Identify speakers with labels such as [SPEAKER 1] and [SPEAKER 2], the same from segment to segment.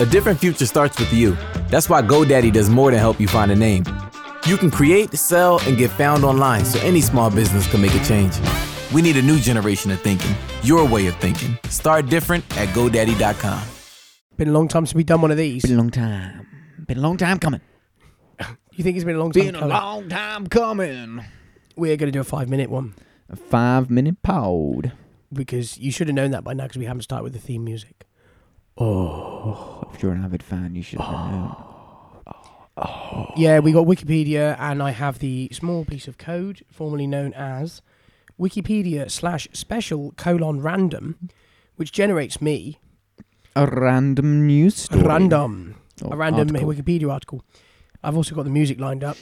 [SPEAKER 1] A different future starts with you. That's why GoDaddy does more than help you find a name. You can create, sell, and get found online so any small business can make a change. We need a new generation of thinking, your way of thinking. Start different at GoDaddy.com.
[SPEAKER 2] Been a long time since we done one of these.
[SPEAKER 3] Been a long time. Been a long time coming.
[SPEAKER 2] You think it's been a long time?
[SPEAKER 3] Been a
[SPEAKER 2] coming?
[SPEAKER 3] long time coming.
[SPEAKER 2] We're going to do a five minute one
[SPEAKER 3] A five minute pod.
[SPEAKER 2] because you should have known that by now because we haven't started with the theme music.
[SPEAKER 3] If you're an avid fan, you should have known. Oh.
[SPEAKER 2] Yeah, we got Wikipedia, and I have the small piece of code formerly known as Wikipedia slash special colon random, which generates me
[SPEAKER 3] A random news story.
[SPEAKER 2] random
[SPEAKER 3] Or
[SPEAKER 2] a random
[SPEAKER 3] article.
[SPEAKER 2] Wikipedia article. I've also got the music lined up.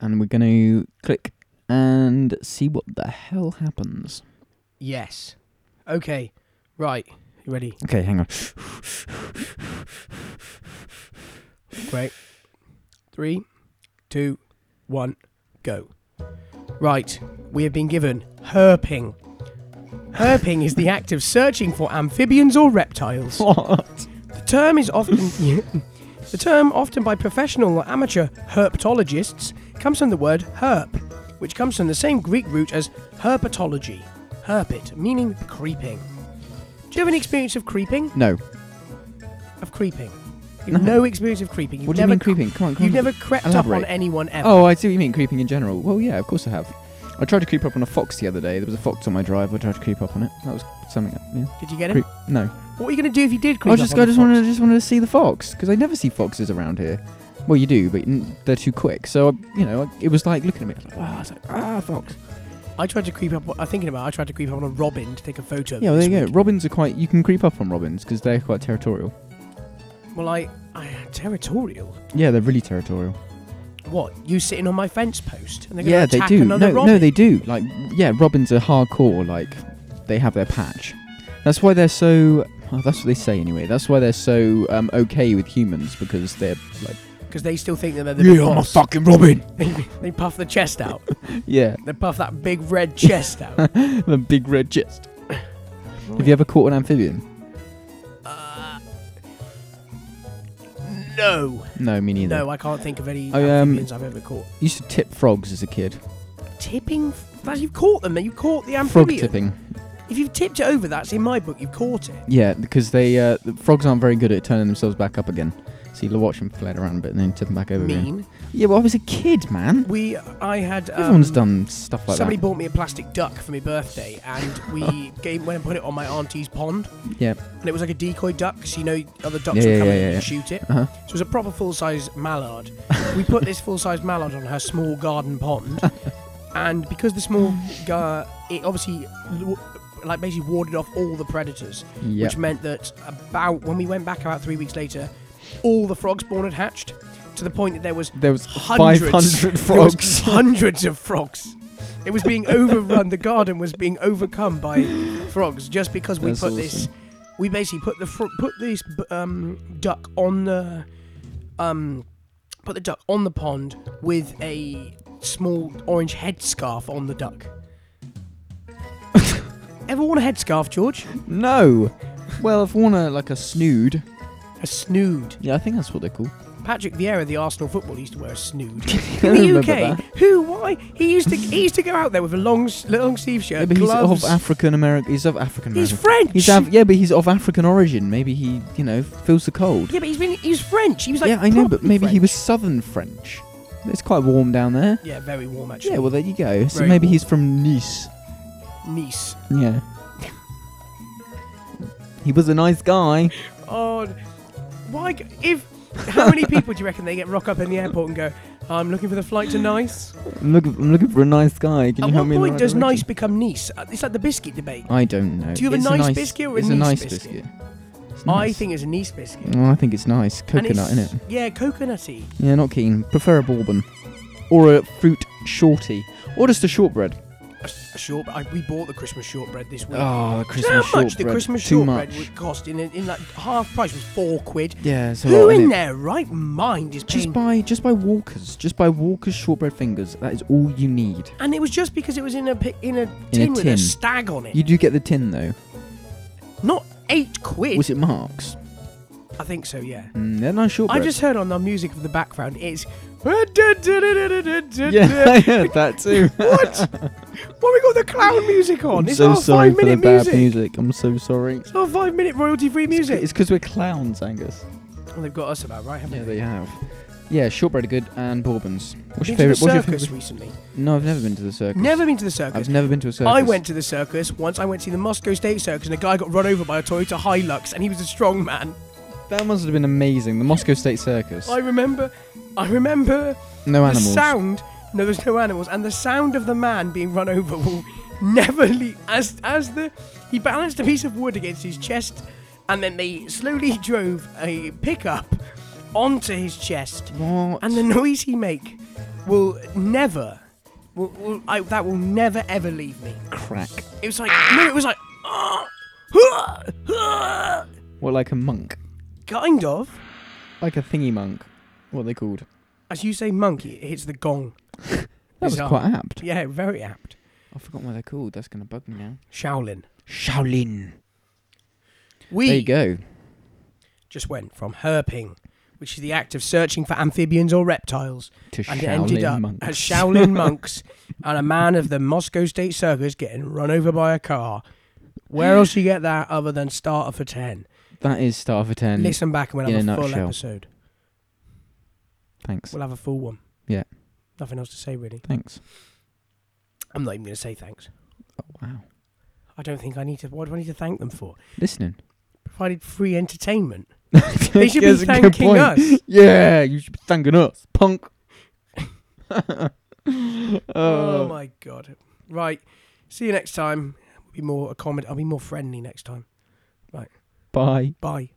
[SPEAKER 3] And we're going to click and see what the hell happens.
[SPEAKER 2] Yes. Okay. Right. You ready?
[SPEAKER 3] Okay, hang on.
[SPEAKER 2] Great. Three, two, one, go. Right, we have been given herping. Herping is the act of searching for amphibians or reptiles.
[SPEAKER 3] What?
[SPEAKER 2] The term is often the term often by professional or amateur herpetologists comes from the word herp, which comes from the same Greek root as herpetology. Herpet, meaning creeping. Do you have any experience of creeping?
[SPEAKER 3] No.
[SPEAKER 2] Of creeping.
[SPEAKER 3] No.
[SPEAKER 2] You've no, experience of creeping. You've
[SPEAKER 3] what do you
[SPEAKER 2] never
[SPEAKER 3] mean creeping? Come on, come
[SPEAKER 2] You've
[SPEAKER 3] on.
[SPEAKER 2] never crept up on
[SPEAKER 3] Elaborate.
[SPEAKER 2] anyone ever.
[SPEAKER 3] Oh, I see what you mean, creeping in general. Well, yeah, of course I have. I tried to creep up on a fox the other day. There was a fox on my drive. I tried to creep up on it. That was something. Yeah.
[SPEAKER 2] Did you get it?
[SPEAKER 3] Creep. No.
[SPEAKER 2] What were you going to do if you did creep
[SPEAKER 3] I
[SPEAKER 2] up
[SPEAKER 3] just,
[SPEAKER 2] on
[SPEAKER 3] I
[SPEAKER 2] the
[SPEAKER 3] just
[SPEAKER 2] fox?
[SPEAKER 3] wanted, just wanted to see the fox because I never see foxes around here. Well, you do, but n- they're too quick. So I- you know, it was like looking at me. I was like, wow, I was like, ah, fox.
[SPEAKER 2] I tried to creep up. I'm thinking about. I tried to creep up on a robin to take a photo. of
[SPEAKER 3] Yeah, well,
[SPEAKER 2] this
[SPEAKER 3] there you go.
[SPEAKER 2] week.
[SPEAKER 3] Robins are quite. You can creep up on robins because they're quite territorial.
[SPEAKER 2] Well, I, I territorial.
[SPEAKER 3] Yeah, they're really territorial.
[SPEAKER 2] What you sitting on my fence post? And they're gonna
[SPEAKER 3] Yeah, they
[SPEAKER 2] attack
[SPEAKER 3] do. No,
[SPEAKER 2] Another robin?
[SPEAKER 3] no, they do. Like, yeah, robins are hardcore. Like, they have their patch. That's why they're so. Well, that's what they say anyway. That's why they're so um, okay with humans because they're like,
[SPEAKER 2] because they still think that they're the big boss.
[SPEAKER 3] fucking robin.
[SPEAKER 2] They puff the chest out.
[SPEAKER 3] Yeah,
[SPEAKER 2] they puff that big red chest out.
[SPEAKER 3] the big red chest. Have you ever caught an amphibian?
[SPEAKER 2] Uh, no,
[SPEAKER 3] No, me neither.
[SPEAKER 2] no, I can't think of any
[SPEAKER 3] I, um,
[SPEAKER 2] amphibians I've ever caught.
[SPEAKER 3] used to tip frogs as a kid.
[SPEAKER 2] Tipping. f- You've caught them. You caught the
[SPEAKER 3] Frog
[SPEAKER 2] amphibian.
[SPEAKER 3] tipping.
[SPEAKER 2] If you've tipped it over, that's in my book. You've caught it.
[SPEAKER 3] Yeah, because they uh, the frogs aren't very good at turning themselves back up again. So you watch them flat around a bit and then tip them back over again.
[SPEAKER 2] Mean.
[SPEAKER 3] Yeah, well, I was a kid, man.
[SPEAKER 2] We, I had. Um,
[SPEAKER 3] Everyone's done stuff like
[SPEAKER 2] somebody
[SPEAKER 3] that.
[SPEAKER 2] bought me a plastic duck for my birthday, and we gave, went and put it on my auntie's pond.
[SPEAKER 3] Yeah.
[SPEAKER 2] And it was like a decoy duck, so you know other ducks
[SPEAKER 3] Yeah,
[SPEAKER 2] would
[SPEAKER 3] yeah,
[SPEAKER 2] come
[SPEAKER 3] yeah,
[SPEAKER 2] in
[SPEAKER 3] yeah.
[SPEAKER 2] and shoot it.
[SPEAKER 3] Uh-huh.
[SPEAKER 2] So it was a proper full-size mallard. we put this full-size mallard on her small garden pond, and because the small, gar, it obviously, l- like basically warded off all the predators,
[SPEAKER 3] Yeah.
[SPEAKER 2] which meant that about when we went back about three weeks later, all the frog spawn had hatched to the point that there was
[SPEAKER 3] There was
[SPEAKER 2] hundreds,
[SPEAKER 3] 500
[SPEAKER 2] there was
[SPEAKER 3] frogs.
[SPEAKER 2] hundreds of frogs. It was being overrun. The garden was being overcome by frogs just because we
[SPEAKER 3] That's
[SPEAKER 2] put this. We basically put the fr- put this b- um, duck on the um, put the duck on the pond with a small orange headscarf on the duck. Ever worn a headscarf, George?
[SPEAKER 3] No. Well, I've worn a like a snood.
[SPEAKER 2] A snood.
[SPEAKER 3] Yeah, I think that's what they're called.
[SPEAKER 2] Patrick Vieira, the Arsenal footballer, used to wear a snood.
[SPEAKER 3] I
[SPEAKER 2] In the
[SPEAKER 3] remember
[SPEAKER 2] UK,
[SPEAKER 3] that.
[SPEAKER 2] who? Why? He used to he used to go out there with a long s- long sleeve
[SPEAKER 3] Yeah,
[SPEAKER 2] shirt,
[SPEAKER 3] but he's
[SPEAKER 2] gloves.
[SPEAKER 3] of African American. He's of African
[SPEAKER 2] he's
[SPEAKER 3] American.
[SPEAKER 2] French.
[SPEAKER 3] He's av- yeah, but he's of African origin. Maybe he, you know, feels the cold.
[SPEAKER 2] yeah, but he's been he's French. He was like
[SPEAKER 3] yeah, I know, but
[SPEAKER 2] properly
[SPEAKER 3] maybe he
[SPEAKER 2] French.
[SPEAKER 3] was Southern French. It's quite warm down there.
[SPEAKER 2] yeah very warm actually.
[SPEAKER 3] Yeah, well, there you go. So
[SPEAKER 2] Very
[SPEAKER 3] maybe
[SPEAKER 2] warm.
[SPEAKER 3] he's from Nice.
[SPEAKER 2] nice.
[SPEAKER 3] Yeah. He was a nice guy.
[SPEAKER 2] Oh, why? g- If how many people do you reckon they get rock up in the airport and go? I'm looking for the flight to Nice.
[SPEAKER 3] I'm looking, I'm looking for a nice guy. Can
[SPEAKER 2] At
[SPEAKER 3] you
[SPEAKER 2] what
[SPEAKER 3] help me? in the
[SPEAKER 2] point
[SPEAKER 3] right
[SPEAKER 2] does
[SPEAKER 3] direction?
[SPEAKER 2] Nice become Nice? Uh, It's like the biscuit debate.
[SPEAKER 3] I don't know.
[SPEAKER 2] Do you have a
[SPEAKER 3] It's
[SPEAKER 2] nice biscuit or a
[SPEAKER 3] it's a
[SPEAKER 2] Nice
[SPEAKER 3] nice
[SPEAKER 2] biscuit?
[SPEAKER 3] biscuit? It's
[SPEAKER 2] I
[SPEAKER 3] nice.
[SPEAKER 2] think it's a Nice biscuit.
[SPEAKER 3] Well, I think it's nice.
[SPEAKER 2] And it's-
[SPEAKER 3] Coconut in it.
[SPEAKER 2] Yeah, coconutty.
[SPEAKER 3] Yeah, not keen. Prefer a bourbon, or a fruit shorty, or just a shortbread.
[SPEAKER 2] A s- a short. I, we bought the Christmas shortbread this week. Do
[SPEAKER 3] Oh, the
[SPEAKER 2] you know
[SPEAKER 3] Christmas
[SPEAKER 2] how much
[SPEAKER 3] shortbread.
[SPEAKER 2] Ah, the Christmas
[SPEAKER 3] Too
[SPEAKER 2] shortbread
[SPEAKER 3] much.
[SPEAKER 2] would cost in, in like half price was four quid.
[SPEAKER 3] Yeah, so
[SPEAKER 2] Who in their right mind is paying?
[SPEAKER 3] Just buy, just buy Walkers. Just buy Walkers shortbread fingers. That is all you need.
[SPEAKER 2] and it was just because it was in a pi- in a tin with a
[SPEAKER 3] tin.
[SPEAKER 2] stag on it.
[SPEAKER 3] You do get the tin though.
[SPEAKER 2] Not eight quid.
[SPEAKER 3] Was it Mark's?
[SPEAKER 2] I think so, yeah.
[SPEAKER 3] Mm, they're nice shortbread.
[SPEAKER 2] I just heard on the music of the background, it's.
[SPEAKER 3] yeah, I heard that too.
[SPEAKER 2] What? Why we got the clown music on?
[SPEAKER 3] I'm
[SPEAKER 2] It's
[SPEAKER 3] so
[SPEAKER 2] our
[SPEAKER 3] sorry
[SPEAKER 2] five
[SPEAKER 3] for the
[SPEAKER 2] minute music.
[SPEAKER 3] bad music. I'm so sorry.
[SPEAKER 2] It's our five minute royalty free music.
[SPEAKER 3] It's because we're clowns, Angus.
[SPEAKER 2] Well, they've got us about right, haven't
[SPEAKER 3] Yeah,
[SPEAKER 2] they?
[SPEAKER 3] they have. Yeah, shortbread are good and bourbons. What's your
[SPEAKER 2] Been to
[SPEAKER 3] favourite?
[SPEAKER 2] the
[SPEAKER 3] What's your
[SPEAKER 2] circus
[SPEAKER 3] favourite?
[SPEAKER 2] recently.
[SPEAKER 3] No, I've never been to the circus.
[SPEAKER 2] Never been to the
[SPEAKER 3] I've
[SPEAKER 2] circus.
[SPEAKER 3] never been to a circus.
[SPEAKER 2] I went to the circus once. I went to see the Moscow State Circus, and a guy got run over by a Toyota Hilux, and he was a strong man.
[SPEAKER 3] That must have been amazing. The Moscow State Circus.
[SPEAKER 2] I remember, I remember
[SPEAKER 3] no
[SPEAKER 2] the
[SPEAKER 3] animals.
[SPEAKER 2] sound. No, there's no animals, and the sound of the man being run over will never leave. As as the he balanced a piece of wood against his chest, and then they slowly drove a pickup onto his chest,
[SPEAKER 3] What?
[SPEAKER 2] and the noise he make will never, will, will I, that will never ever leave me.
[SPEAKER 3] crack.
[SPEAKER 2] It was like no, it was like. "Ah, ah, ah,"
[SPEAKER 3] What, like a monk?
[SPEAKER 2] Kind of.
[SPEAKER 3] Like a thingy monk? What are they called?
[SPEAKER 2] As you say, monkey, it hits the gong.
[SPEAKER 3] That was
[SPEAKER 2] Bizarre.
[SPEAKER 3] quite apt.
[SPEAKER 2] Yeah, very apt.
[SPEAKER 3] I forgot what they're called. That's gonna bug me now.
[SPEAKER 2] Shaolin.
[SPEAKER 3] Shaolin.
[SPEAKER 2] We
[SPEAKER 3] There you go.
[SPEAKER 2] just went from herping, which is the act of searching for amphibians or reptiles,
[SPEAKER 3] To
[SPEAKER 2] and
[SPEAKER 3] Shaolin
[SPEAKER 2] it ended up
[SPEAKER 3] monks.
[SPEAKER 2] as Shaolin monks and a man of the Moscow State Circus getting run over by a car. Where else you get that other than starter for 10?
[SPEAKER 3] that is star for ten.
[SPEAKER 2] Listen back and we'll have
[SPEAKER 3] in
[SPEAKER 2] a,
[SPEAKER 3] a
[SPEAKER 2] full
[SPEAKER 3] nutshell.
[SPEAKER 2] episode.
[SPEAKER 3] Thanks.
[SPEAKER 2] We'll have a full one.
[SPEAKER 3] Yeah.
[SPEAKER 2] Nothing else to say, really.
[SPEAKER 3] Thanks.
[SPEAKER 2] I'm not even going to say thanks.
[SPEAKER 3] Oh, wow.
[SPEAKER 2] I don't think I need to. What do I need to thank them for?
[SPEAKER 3] Listening.
[SPEAKER 2] Provided free entertainment. They should be
[SPEAKER 3] That's a good
[SPEAKER 2] thanking
[SPEAKER 3] point.
[SPEAKER 2] us.
[SPEAKER 3] Yeah, you should be thanking us, punk.
[SPEAKER 2] Oh
[SPEAKER 3] oh,
[SPEAKER 2] my god. Right. See you next time. We'll be more accommod I'll be more friendly next time.
[SPEAKER 3] bye.
[SPEAKER 2] Bye.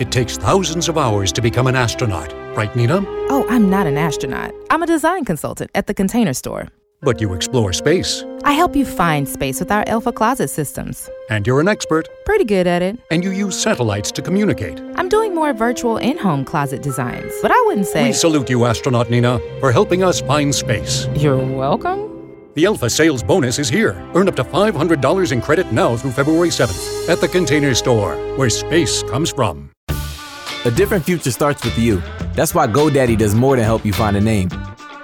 [SPEAKER 4] It takes thousands of hours to become an astronaut, right, Nina?
[SPEAKER 5] Oh, I'm not an astronaut. I'm a design consultant at the Container Store.
[SPEAKER 4] But you explore space,
[SPEAKER 5] I help you find space with our Alpha Closet systems.
[SPEAKER 4] and you're an expert,
[SPEAKER 5] Pretty good at it.
[SPEAKER 4] and you use satellites to communicate.
[SPEAKER 5] I'm doing more virtual in home closet designs, but I wouldn't say.
[SPEAKER 4] We salute you, astronaut Nina, for helping us find space.
[SPEAKER 5] You're welcome?
[SPEAKER 4] The Alpha Sales Bonus is here. Earn up to $500 in credit now through February 7th at the Container Store, where space comes from.
[SPEAKER 1] A different future starts with you. That's why GoDaddy does more than help you find a name.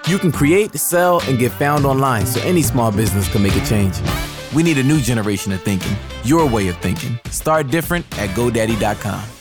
[SPEAKER 1] You can create, sell, and get found online so any small business can make a change. We need a new generation of thinking, your way of thinking. Start different at GoDaddy.com.